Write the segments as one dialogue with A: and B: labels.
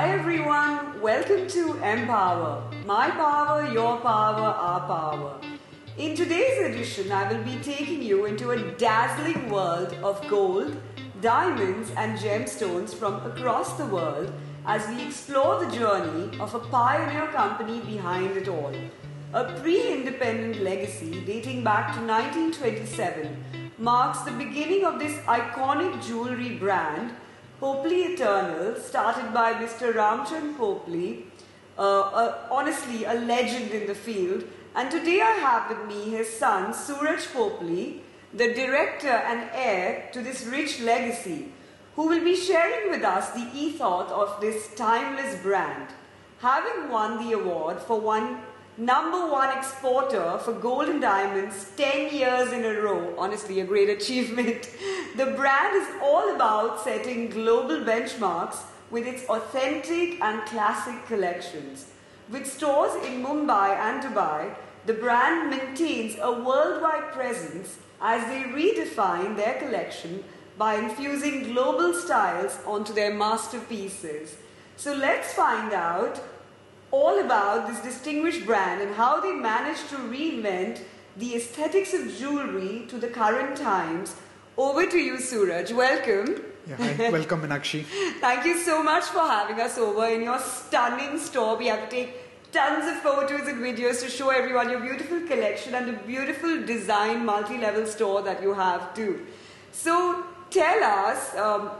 A: everyone, welcome to Empower. My power, your power, our power. In today's edition, I will be taking you into a dazzling world of gold, diamonds, and gemstones from across the world as we explore the journey of a pioneer company behind it all. A pre independent legacy dating back to 1927 marks the beginning of this iconic jewelry brand Popley Eternal, started by Mr. Ramchand Popley, uh, uh, honestly a legend in the field. And today I have with me his son, Suraj Popley, the director and heir to this rich legacy, who will be sharing with us the ethos of this timeless brand. Having won the award for one number one exporter for gold and diamonds 10 years in a row, honestly, a great achievement. The brand is all about setting global benchmarks with its authentic and classic collections. With stores in Mumbai and Dubai, the brand maintains a worldwide presence as they redefine their collection by infusing global styles onto their masterpieces. So let's find out all about this distinguished brand and how they managed to reinvent the aesthetics of jewelry to the current times. Over to you, Suraj. Welcome.
B: Yeah, hi. welcome Meenakshi.
A: Thank you so much for having us over in your stunning store. We have to take tons of photos and videos to show everyone your beautiful collection and the beautiful design multi level store that you have too. So tell us um,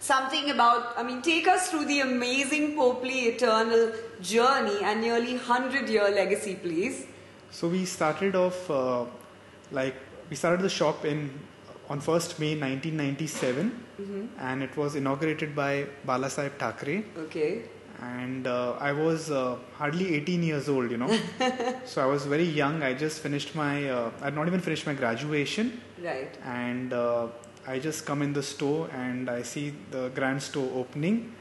A: something about, I mean, take us through the amazing Popley Eternal journey and nearly 100 year legacy, please.
B: So we started off uh, like we started the shop in on 1st May 1997 and it was inaugurated by Balasaheb Thakre
A: Okay.
B: and uh, I was uh, hardly 18 years old, you know. so I was very young. I just finished my uh, I'd not even finished my graduation
A: Right.
B: and uh, I just come in the store and I see the grand store opening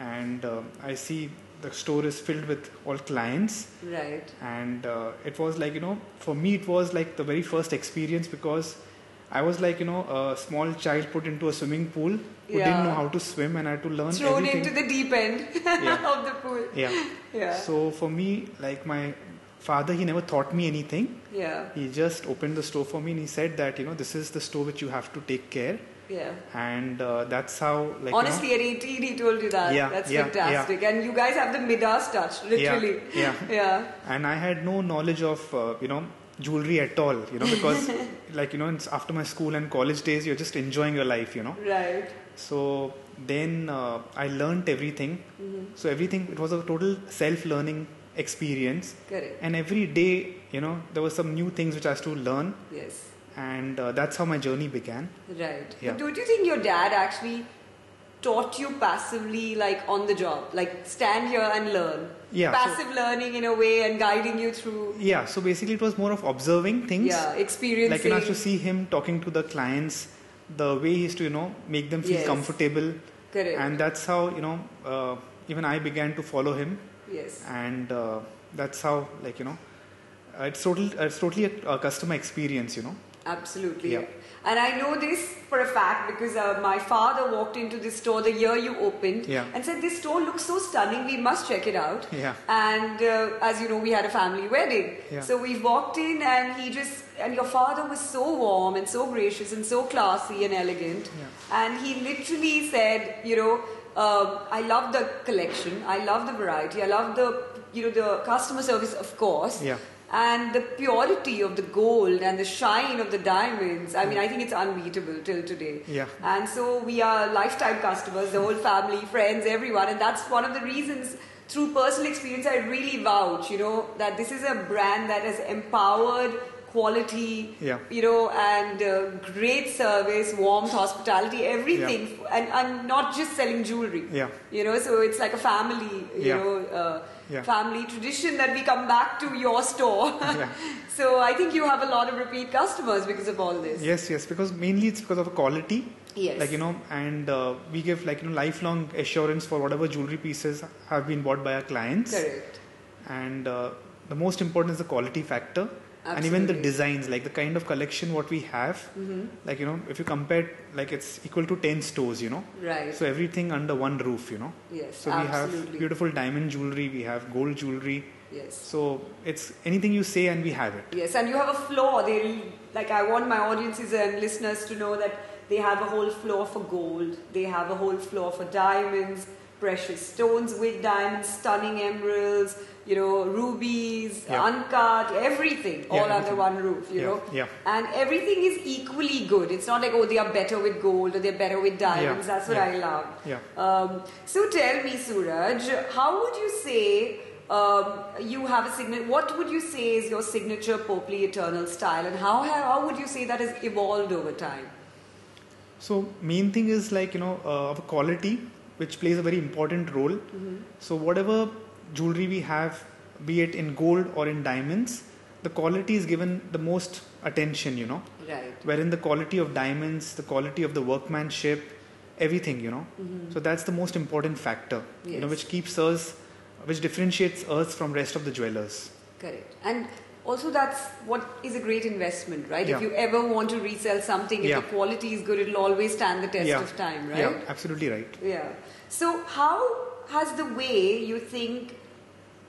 B: and uh, I see the store is filled with all clients
A: Right.
B: and uh, it was like you know for me it was like the very first experience because i was like you know a small child put into a swimming pool who
A: Yeah.
B: didn't know how to swim and i had to learn
A: Thrown
B: everything
A: into the deep end
B: Yeah.
A: of the pool.
B: yeah
A: Yeah.
B: so for me like my father he never taught me anything
A: yeah.
B: he just opened the store for me and he said that you know this is the store which you have to take care
A: Yeah.
B: and uh, that's how like you know-
A: Honestly, at 18, he told you that.
B: Yeah,
A: That's
B: yeah,
A: fantastic. And you guys have the Midas touch, literally.
B: yeah.
A: Yeah.
B: and I had no knowledge of uh, you know jewelry at all, you know, because like you know it's after my school and college days, you're just enjoying your life, you know.
A: Right.
B: So then uh, I learnt everything.
A: Mm-hmm.
B: So everything it was a total self-learning experience,
A: Correct.
B: and every day you know there were some new things which I had to learn,
A: Yes.
B: and uh, that's how my journey began.
A: Right.
B: Yeah.
A: But don't you think your dad actually taught you passively, like on the job, like stand here and learn?
B: Yeah, so-
A: Passive learning in a way and guiding you through.
B: Yeah. So basically, it was more of observing things.
A: Yeah, experiencing.
B: like you know, I used to see him talking to the clients, the way he used to you know make them feel
A: Yes.
B: comfortable,
A: Correct.
B: and that's how you know uh, even I began to follow him,
A: yes.
B: and uh, that's how like you know uh, it's total uh, it's totally a, a customer experience, you know.
A: Absolutely.
B: Yeah.
A: And I know this for a fact because uh, my father walked into this store the year you opened
B: Yeah.
A: and said, This store looks so stunning, we must check it out.
B: Yeah.
A: And uh, as you know, we had a family wedding.
B: Yeah.
A: So we walked in and he just, and your father was so warm and so gracious and so classy and elegant. And he literally said, You know, um, I love the collection, I love the variety, I love the, you know, the customer service, of course
B: Yeah.
A: and the purity of the gold and the shine of the diamonds i mean i think it's unbeatable till today
B: Yeah.
A: and so we are lifetime customers the whole family friends everyone and that's one of the reasons through personal experience i really vouch you know that this is a brand that has empowered quality
B: Yeah.
A: you know and uh, great service warmth hospitality everything and, and not just selling jewelry
B: Yeah.
A: you know so it's like a family you
B: Yeah.
A: know uh,
B: Yeah.
A: family tradition that we come back to your store
B: Yeah.
A: so i think you have a lot of repeat customers because of all this
B: Yes, yes, because mainly it's because of quality.
A: Yes.
B: Like you know, and uh, we give like you know lifelong assurance for whatever jewelry pieces have been bought by our clients.
A: correct
B: and uh, the most important is the quality factor and even the
A: Absolutely.
B: designs like the kind of collection what we have
A: Mhm.
B: like you know if you compare like it's equal to 10 stores you know
A: Right.
B: so everything under one roof you know
A: yes.
B: so we have
A: absolutely.
B: beautiful diamond jewelry we have gold jewelry
A: yes.
B: so it's anything you say and we have it
A: Yes, and you have a floor. They like I want my audiences and listeners to know that they have a whole floor for gold. They have a whole floor for diamonds, precious stones with diamonds, stunning emeralds, you know, rubies,
B: Yeah.
A: uncut, everything, all
B: Yeah,
A: under
B: everything.
A: one roof. You
B: yeah
A: know,
B: yeah
A: and everything is equally good. It's not like oh they are better with gold or they're better with diamonds. That's what
B: yeah.
A: I love.
B: yeah
A: Um, so tell me, Suraj, how would you say um, you have a signature? What would you say is your signature Popli Eternal style, and how how would you say that has evolved over time?
B: so main thing is like you know uh, of quality which plays a very important role
A: Mm-hmm.
B: so whatever jewelry we have be it in gold or in diamonds the quality is given the most attention you know
A: Right.
B: wherein the quality of diamonds, the quality of the workmanship, everything, you know. So that's the most important factor, you know,
A: Mm-hmm. Yes.
B: which keeps us, which differentiates us from rest of the jewelers.
A: Correct. And also that's what is a great investment, right? If
B: Yeah.
A: you ever want to resell something, if
B: Yeah.
A: the quality is good, it'll always stand the test
B: yeah.
A: of time, right?
B: Yeah, absolutely right.
A: Yeah. So, how has the way you think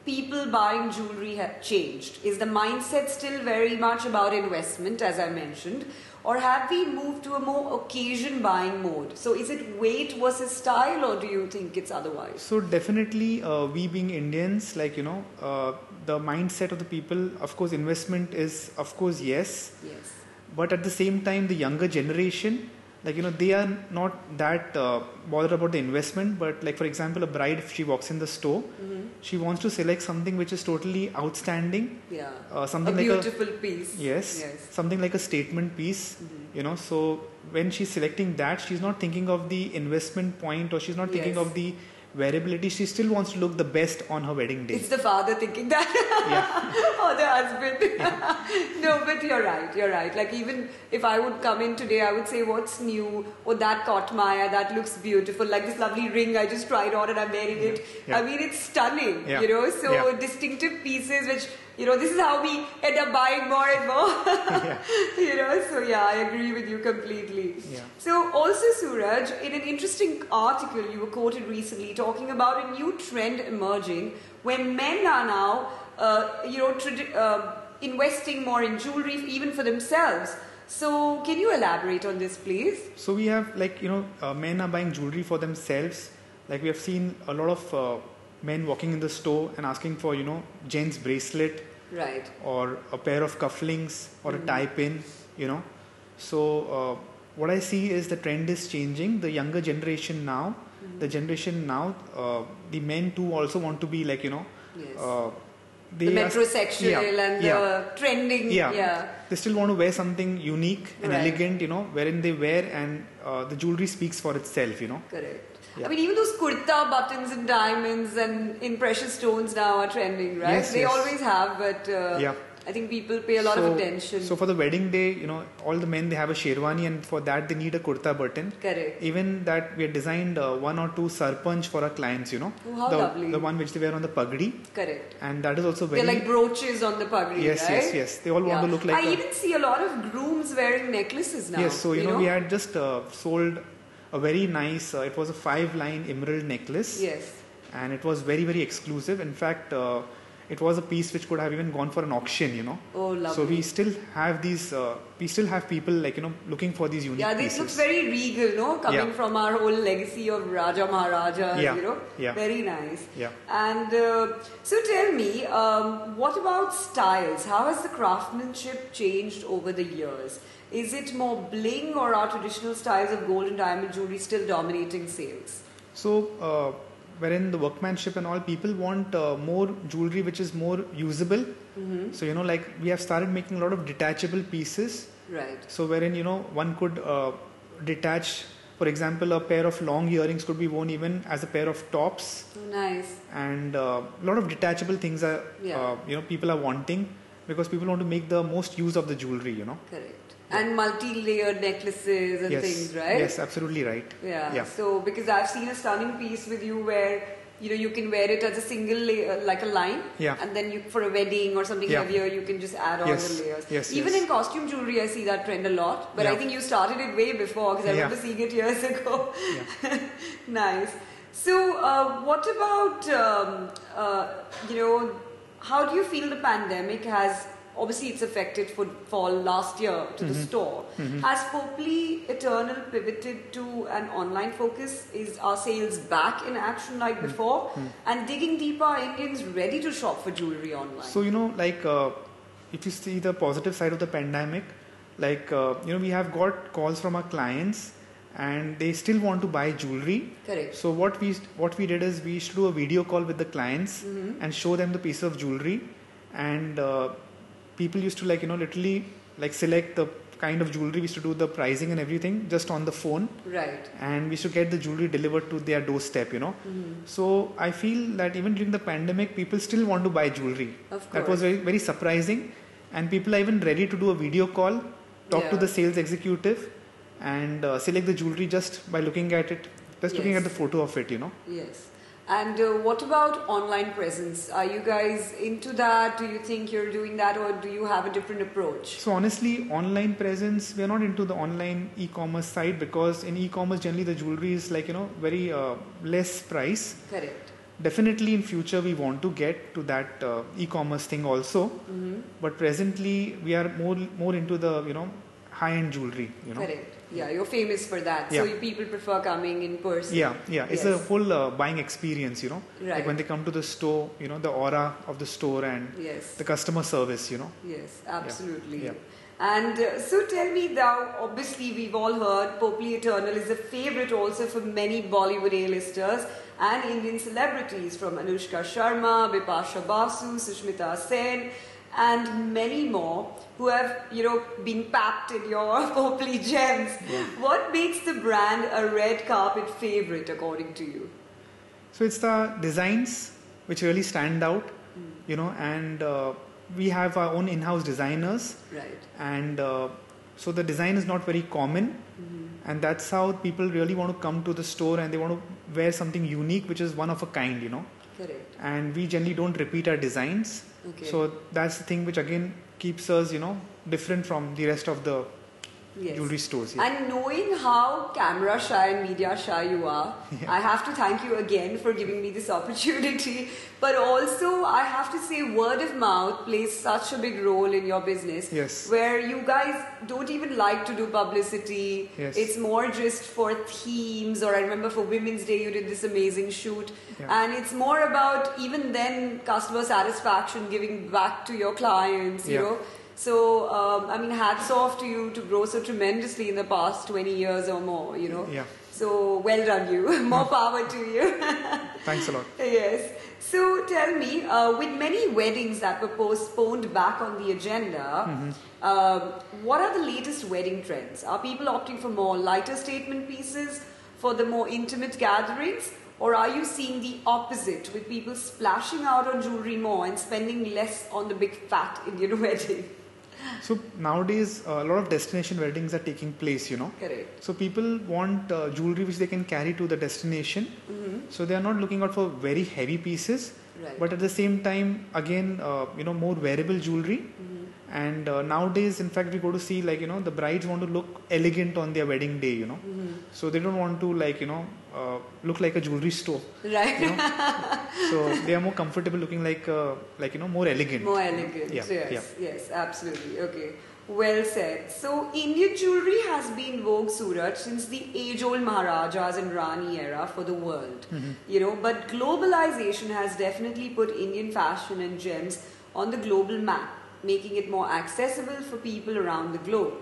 A: people buying jewelry have changed? Is the mindset still very much about investment, as I mentioned, or have we moved to a more occasion buying mode? So, is it weight versus style, or do you think it's otherwise?
B: So definitely, uh, we being Indians, like you know, uh, the mindset of the people, of course, investment is, of course, yes.
A: Yes.
B: but at the same time the younger generation like you know they are not that uh, bothered about the investment but like for example a bride if she walks in the store
A: Mm-hmm.
B: she wants to select something which is totally outstanding
A: Yeah.
B: uh,
A: A
B: something like
A: beautiful piece.
B: a yes,
A: Yes. Mm-hmm.
B: something like a statement piece you know so when she's selecting that she's not thinking of the investment point or she's not thinking
A: Yes.
B: of the variability she still wants to look the best on her wedding day
A: It's the father thinking that.
B: yeah
A: or the husband. no, but you're right. You're right. Like even if I would come in today, I would say, "What's new?" Or that caught my eye. That looks beautiful. Like this lovely ring I just tried on and I'm wearing it.
B: Yeah.
A: I mean, it's stunning.
B: Yeah.
A: You know, so
B: Yeah.
A: distinctive pieces, which you know, this is how we end up buying more and more.
B: yeah
A: you know, so yeah, I agree with you completely.
B: Yeah.
A: So also, Suraj, in an interesting article you were quoted recently talking about a new trend emerging where men are now, uh, you know, tradi- uh, investing more in jewelry even for themselves. So can you elaborate on this, please?
B: So we have like you know uh, men are buying jewelry for themselves. Like we have seen a lot of uh, men walking in the store and asking for you know gents bracelet
A: Right.
B: or a pair of cufflinks or a tie
A: Mm-hmm.
B: pin. You know, so uh, what I see is the trend is changing. The younger generation now,
A: Mm-hmm.
B: the generation now, uh, the men too also want to be like you know.
A: Yes.
B: Uh,
A: the
B: are-
A: metrosexual
B: yeah,
A: and the
B: yeah.
A: trending.
B: Yeah.
A: yeah.
B: They still want to wear something unique and
A: Right.
B: elegant, you know, wherein they wear and uh, the jewelry speaks for itself, you know.
A: Correct. I
B: Yeah.
A: mean, even those kurta buttons and diamonds and in precious stones now are trending, right?
B: Yes,
A: they
B: yes.
A: always have, but uh,
B: Yeah.
A: I think people pay a lot
B: so,
A: of attention.
B: So for the wedding day, you know, all the men they have a sherwani, and for that they need a kurta button.
A: Correct.
B: Even that we had designed uh, one or two sarpanch for our clients, you know,
A: Oh, how
B: the,
A: lovely.
B: the one which they wear on the pagdi,
A: Correct.
B: and that is also very
A: They're like brooches on the pagri,
B: yes,
A: right?
B: yes, yes. They all want
A: Yeah.
B: to look like
A: I
B: a-
A: even see a lot of grooms wearing necklaces now.
B: Yes, so you, know, we had just uh, sold a very nice. Uh, it was a five-line emerald necklace,
A: Yes.
B: and it was very very exclusive. In fact, uh, it was a piece which could have even gone for an auction, you know.
A: Oh, lovely.
B: So we still have these. Uh, we still have people like you know looking for these unique
A: yeah, this
B: pieces.
A: looks very regal, no? Coming
B: Yeah.
A: from our whole legacy of Raja Maharaja,
B: Yeah.
A: you know?
B: Yeah.
A: Very nice.
B: yeah.
A: And uh, so tell me, um, what about styles? How has the craftsmanship changed over the years? Is it more bling or are traditional styles of gold and diamond jewelry still dominating sales?
B: So uh, wherein the workmanship and all, people want uh, more jewelry which is more usable.
A: Mm-hmm.
B: So you know, like we have started making a lot of detachable pieces.
A: Right.
B: So wherein you know one could uh, detach. For example, a pair of long earrings could be worn even as a pair of tops.
A: So Oh, nice.
B: and uh, a lot of detachable things are
A: Yeah.
B: uh, you know people are wanting because people want to make the most use of the jewelry you know
A: Correct. And multi layered necklaces and
B: yes
A: things, right?
B: yes absolutely right
A: Yeah.
B: Yeah.
A: So because I've seen a stunning piece with you where you know you can wear it as a single layer, like a line,
B: Yeah.
A: and then you, for a wedding or something
B: Yeah.
A: heavier, you can just add all
B: Yes.
A: the layers.
B: Yes,
A: Even
B: yes.
A: in costume jewelry, I see that trend a lot, but I
B: Yeah.
A: think you started it way before because I
B: Yeah.
A: remember seeing it years ago.
B: Yeah.
A: nice. So, uh, what about um, uh, you know? How do you feel the pandemic has? Obviously, it's affected footfall last year to
B: Mm-hmm.
A: the store. Has Poply Eternal pivoted to an online focus? Is our sales back in action like
B: Mm.
A: before? And digging deeper, are Indians ready to shop for jewelry online?
B: So you know, like uh, if you see the positive side of the pandemic, like uh, you know, we have got calls from our clients, and they still want to buy jewelry.
A: Correct.
B: So what we what we did is we used to do a video call with the clients
A: Mm-hmm.
B: and show them the piece of jewelry, and uh, people used to like you know literally like select the kind of jewelry. We used to do the pricing and everything just on the phone,
A: Right.
B: and we should get the jewelry delivered to their doorstep. You know,
A: Mm-hmm.
B: so I feel that even during the pandemic, people still want to buy jewelry.
A: Of course.
B: That was very, very surprising. And people are even ready to do a video call, talk to
A: Yeah.
B: the sales executive, and uh, select the jewelry just by looking at it, just looking
A: Yes.
B: at the photo of it, you know.
A: Yes. And uh, what about online presence? Are you guys into that? Do you think you're doing that, or do you have a different approach?
B: So, honestly, online presence, we are not into the online e commerce side because in e commerce, generally the jewelry is like, you know, very uh, less price.
A: Correct.
B: Definitely in future, we want to get to that uh, e commerce thing also.
A: hmm
B: But presently, we are more, more into the, you know, high end jewelry, you know.
A: Correct. Yeah, you're famous for that. So
B: Yeah.
A: you people prefer coming in person.
B: Yeah, yeah. It's a
A: Yes.
B: whole uh, buying experience, you know.
A: Right.
B: Like when they come to the store, you know, the aura of the store and
A: Yes.
B: the customer service, you know.
A: Yes, absolutely.
B: Yeah.
A: And uh, so tell me now, obviously, we've all heard Popli Eternal is a favorite also for many Bollywood A-listers and Indian celebrities from Anushka Sharma, Bipasha Basu, Sushmita Sen, and many more who have, you know, been papped in your Popli gems. What makes the brand a red carpet favorite according to you?
B: So it's the designs which really stand out,
A: Mm,
B: you know, and uh, we have our own in house designers,
A: Right.
B: and uh, so the design is not very common.
A: Mm-hmm.
B: And that's how people really want to come to the store and they want to wear something unique, which is one of a kind, you know.
A: Correct.
B: And we generally don't repeat our designs.
A: Okay.
B: So that's the thing which again keeps us, you know, different from the rest of the
A: yes.
B: jewelry stores. Yeah.
A: And knowing how camera shy and media shy you are, I have to thank you again for giving me this opportunity. But also, I have to say, word of mouth plays such a big role in your business.
B: Yes.
A: Where you guys don't even like to do publicity.
B: Yes.
A: It's more just for themes, or I remember for Women's Day, you did this amazing shoot.
B: Yeah.
A: And it's more about even then customer satisfaction, giving back to your clients, you
B: Yeah.
A: know. So, um, I mean, hats off to you to grow so tremendously in the past 20 years or more, you know.
B: Yeah.
A: So, well done, you. more power to you.
B: Thanks a lot.
A: yes. So, tell me, uh, with many weddings that were postponed back on the agenda,
B: Mm-hmm.
A: um, what are the latest wedding trends? Are people opting for more lighter statement pieces for the more intimate gatherings? Or are you seeing the opposite with people splashing out on jewelry more and spending less on the big fat Indian wedding?
B: So nowadays, uh, a lot of destination weddings are taking place, you know.
A: Correct.
B: So people want uh, jewelry which they can carry to the destination. So they are not looking out for very heavy pieces,
A: Mm-hmm. Right.
B: but at the same time, again, uh, you know, more wearable jewelry.
A: Mm-hmm.
B: And uh, nowadays, in fact, we go to see like you know the brides want to look elegant on their wedding day, you know.
A: Mm-hmm.
B: So they don't want to like you know uh, look like a jewelry store.
A: right.
B: You know? so they are more comfortable looking like uh, like you know more elegant.
A: More elegant.
B: Yeah,
A: yes. Yes. Absolutely. Okay. Well said. So Indian jewelry has been Vogue Suraj since the age-old Maharajas and Rani era for the world.
B: Mm-hmm.
A: You know, but globalization has definitely put Indian fashion and gems on the global map, making it more accessible for people around the globe.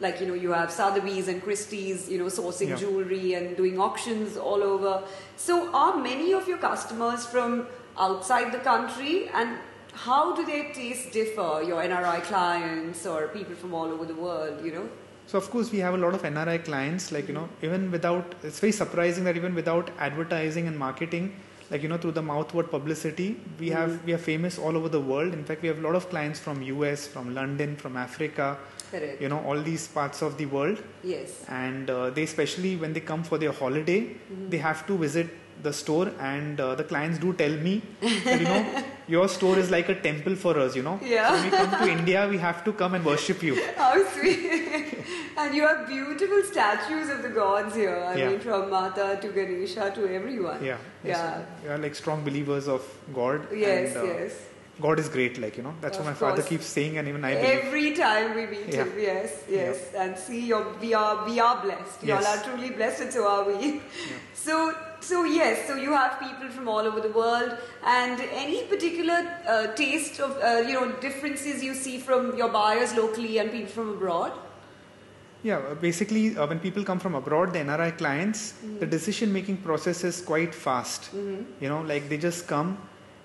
A: Like you know, you have Sotheby's and Christie's, you know, sourcing
B: Yeah.
A: jewelry and doing auctions all over. So, are many of your customers from outside the country and how do their tastes differ? Your NRI clients or people from all over the world, you know?
B: So of course we have a lot of NRI clients. Like you know, even without it's very surprising that even without advertising and marketing, like you know through the mouthword publicity, we have we are famous all over the world. In fact, we have a lot of clients from US, from London, from Africa,
A: Correct.
B: you know all these parts of the world
A: Yes.
B: and uh, they especially when they come for their holiday they have to visit the store and uh, the clients do tell me that, you know your store is like a temple for us you know
A: Yeah.
B: when we come to india we have to come and worship you
A: How sweet. and you have beautiful statues of the gods here. I
B: Yeah.
A: mean, from Mata to Ganesha to everyone.
B: yeah
A: Yeah.
B: you are like strong believers of god
A: Yes,
B: and, uh,
A: yes.
B: god is great like you know that's what
A: Of
B: my father
A: course.
B: keeps saying and even i believe
A: Every time we meet
B: Yeah.
A: him, yes, yes, and see, you're, we are we are blessed. You all
B: Yes.
A: are truly blessed, and so are we. So, so yes, so you have people from all over the world, and any particular uh, taste of uh, you know differences you see from your buyers locally and people from abroad.
B: Yeah, uh, basically, uh, when people come from abroad, the NRI clients,
A: Mm-hmm.
B: the decision making process is quite fast. You know, like they just come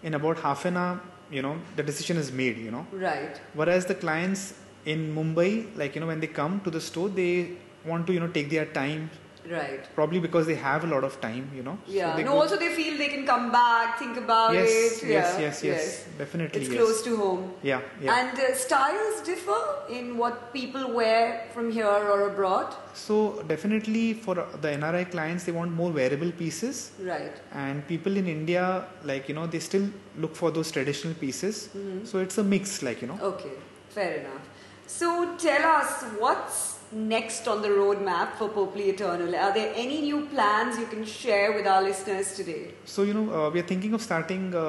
B: in about half an hour, you know, the decision is made, you know.
A: Right.
B: Whereas the clients in Mumbai, like, you know, when they come to the store, they want to, you know, take their time,
A: Right.
B: probably because they have a lot of time, you know. So
A: Yeah.
B: they
A: no.
B: go-
A: Also, they feel they can come back, think about
B: yes,
A: it.
B: yes,
A: yeah.
B: yes, yes, definitely.
A: It's
B: yes.
A: close to home.
B: Yeah, yeah.
A: And uh, styles differ in what people wear from here or abroad.
B: so, definitely for uh, the NRI clients, they want more wearable pieces.
A: Right.
B: and people in india like you know they still look for those traditional pieces
A: Mm-hmm.
B: so it's a mix like you know
A: Okay, fair enough. So tell us what's next on the roadmap for Popli Eternal. Are there any new plans you can share with our listeners today?
B: so you know uh, we are thinking of starting a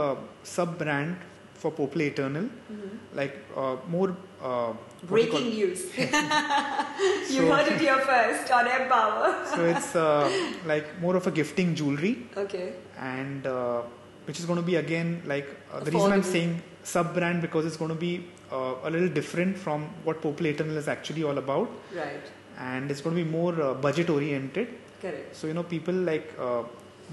B: sub brand for Popple eternal like uh, more uh, what do you call-
A: Breaking news. you
B: So-
A: heard it here first on Empower.
B: so it's uh, like more of a gifting jewelry
A: Okay.
B: and uh, which is going to be again like uh, the reason i'm
A: Affordable.
B: saying sub brand because it's going to be uh, a little different from what Popple eternal is actually all about
A: Right.
B: and it's going to be more uh, budget oriented
A: Correct.
B: So you know, people like uh,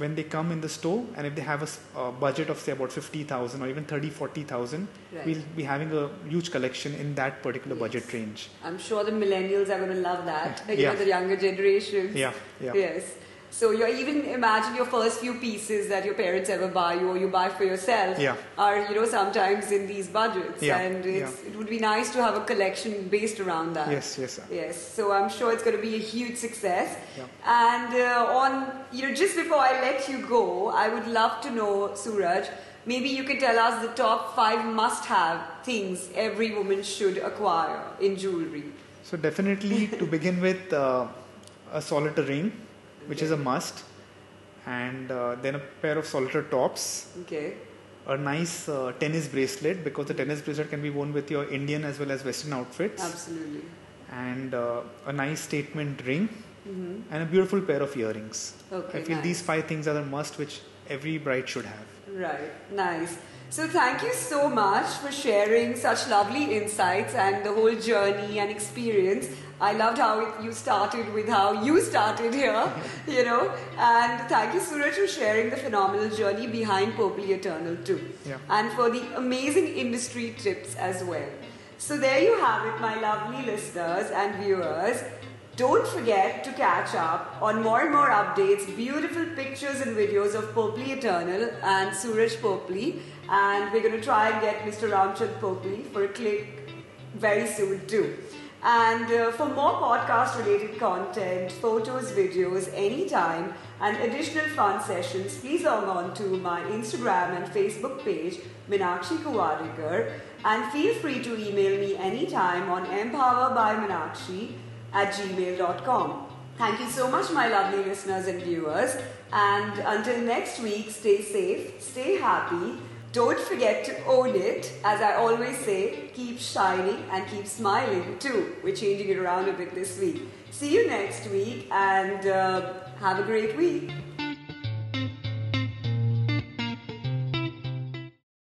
B: when they come in the store, and if they have a s- a budget of say about fifty thousand or even thirty, forty thousand,
A: Right.
B: we'll be having a huge collection in that particular
A: Yes.
B: budget range.
A: I'm sure the millennials are going to love that. You
B: Yeah.
A: know, the younger generations.
B: Yeah, yeah,
A: Yes. So you even imagine your first few pieces that your parents ever buy you or you buy for yourself
B: Yeah.
A: are you know sometimes in these budgets
B: Yeah,
A: and it's, it would be nice to have a collection based around that.
B: yes, yes. sir.
A: Yes. So I'm sure it's going to be a huge success.
B: Yeah.
A: And uh, on you know just before I let you go, I would love to know Suraj. Maybe you can tell us the top five must-have things every woman should acquire in jewelry.
B: So definitely to begin with, uh, a solitaire ring, which is a must, and uh, then a pair of solitaire tops,
A: Okay.
B: a nice uh, tennis bracelet because the tennis bracelet can be worn with your Indian as well as Western outfits,
A: Absolutely.
B: and uh, a nice statement ring.
A: hmm
B: and a beautiful pair of earrings.
A: Okay,
B: I feel
A: nice.
B: these five things are the must which every bride should have.
A: Right, nice. So, thank you so much for sharing such lovely insights and the whole journey and experience. I loved how it, you started with how you started here, you know. And thank you, Suraj, for sharing the phenomenal journey behind Purple Eternal, too.
B: Yeah.
A: And for the amazing industry tips as well. So, there you have it, my lovely listeners and viewers. Don't forget to catch up on more and more updates, beautiful pictures and videos of Popli Eternal and Suraj Popli. And we're going to try and get Mr. Ramchand Popli for a click very soon too. And uh, for more podcast related content, photos, videos, anytime, and additional fun sessions, please log on to my Instagram and Facebook page, Minakshi Kuwadikar. And feel free to email me anytime on empowerbyminakshi at gmail.com. Thank you so much, my lovely listeners and viewers. And until next week, stay safe, stay happy. Don't forget to own it. As I always say, keep shining and keep smiling too. We're changing it around a bit this week. See you next week and uh, have a great week.